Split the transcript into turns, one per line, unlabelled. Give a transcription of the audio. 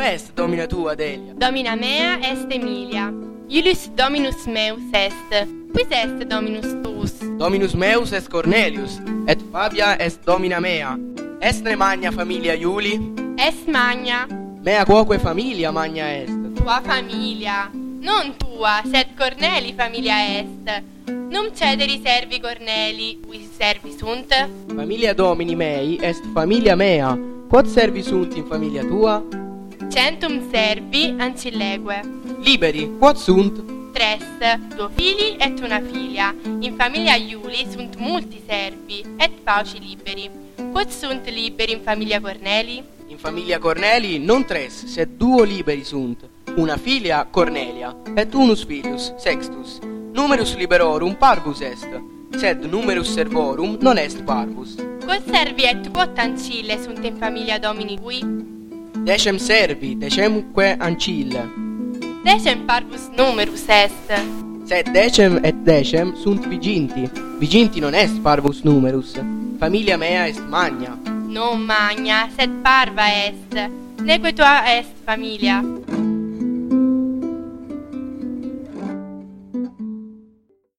est domina tu, Adelia.
Domina mea est Emilia. Iulius dominus meus est. Quis est dominus tuus?
Dominus meus est Cornelius, et Fabia est domina mea. Estre magna familia Iuli,
Est magna,
mea quoque familia magna est.
tua familia. Non tua, sed Corneli familia est. Non cederi servi Corneli, qui servi sunt?
Familia domini mei est familia mea. Quod servi sunt in familia tua?
Centum servi ancillegue.
Liberi, quod sunt?
Tres, duo fili et una filia. In familia Iuli sunt multi servi, et pauci liberi. Quod sunt liberi in familia Corneli?
In familia Corneli non tres, sed duo liberi sunt. Una filia Cornelia, et unus filius Sextus. Numerus liberorum parvus est, sed numerus servorum non est parvus.
Quod servi et quod ancille sunt in familia Domini cui?
Decem servi, decemque ancille.
Decem parvus numerus est.
Sed decem et decem sunt viginti. Viginti non est parvus numerus. Familia mea est magna.
Non magna, sed parva est. Neque tua est familia.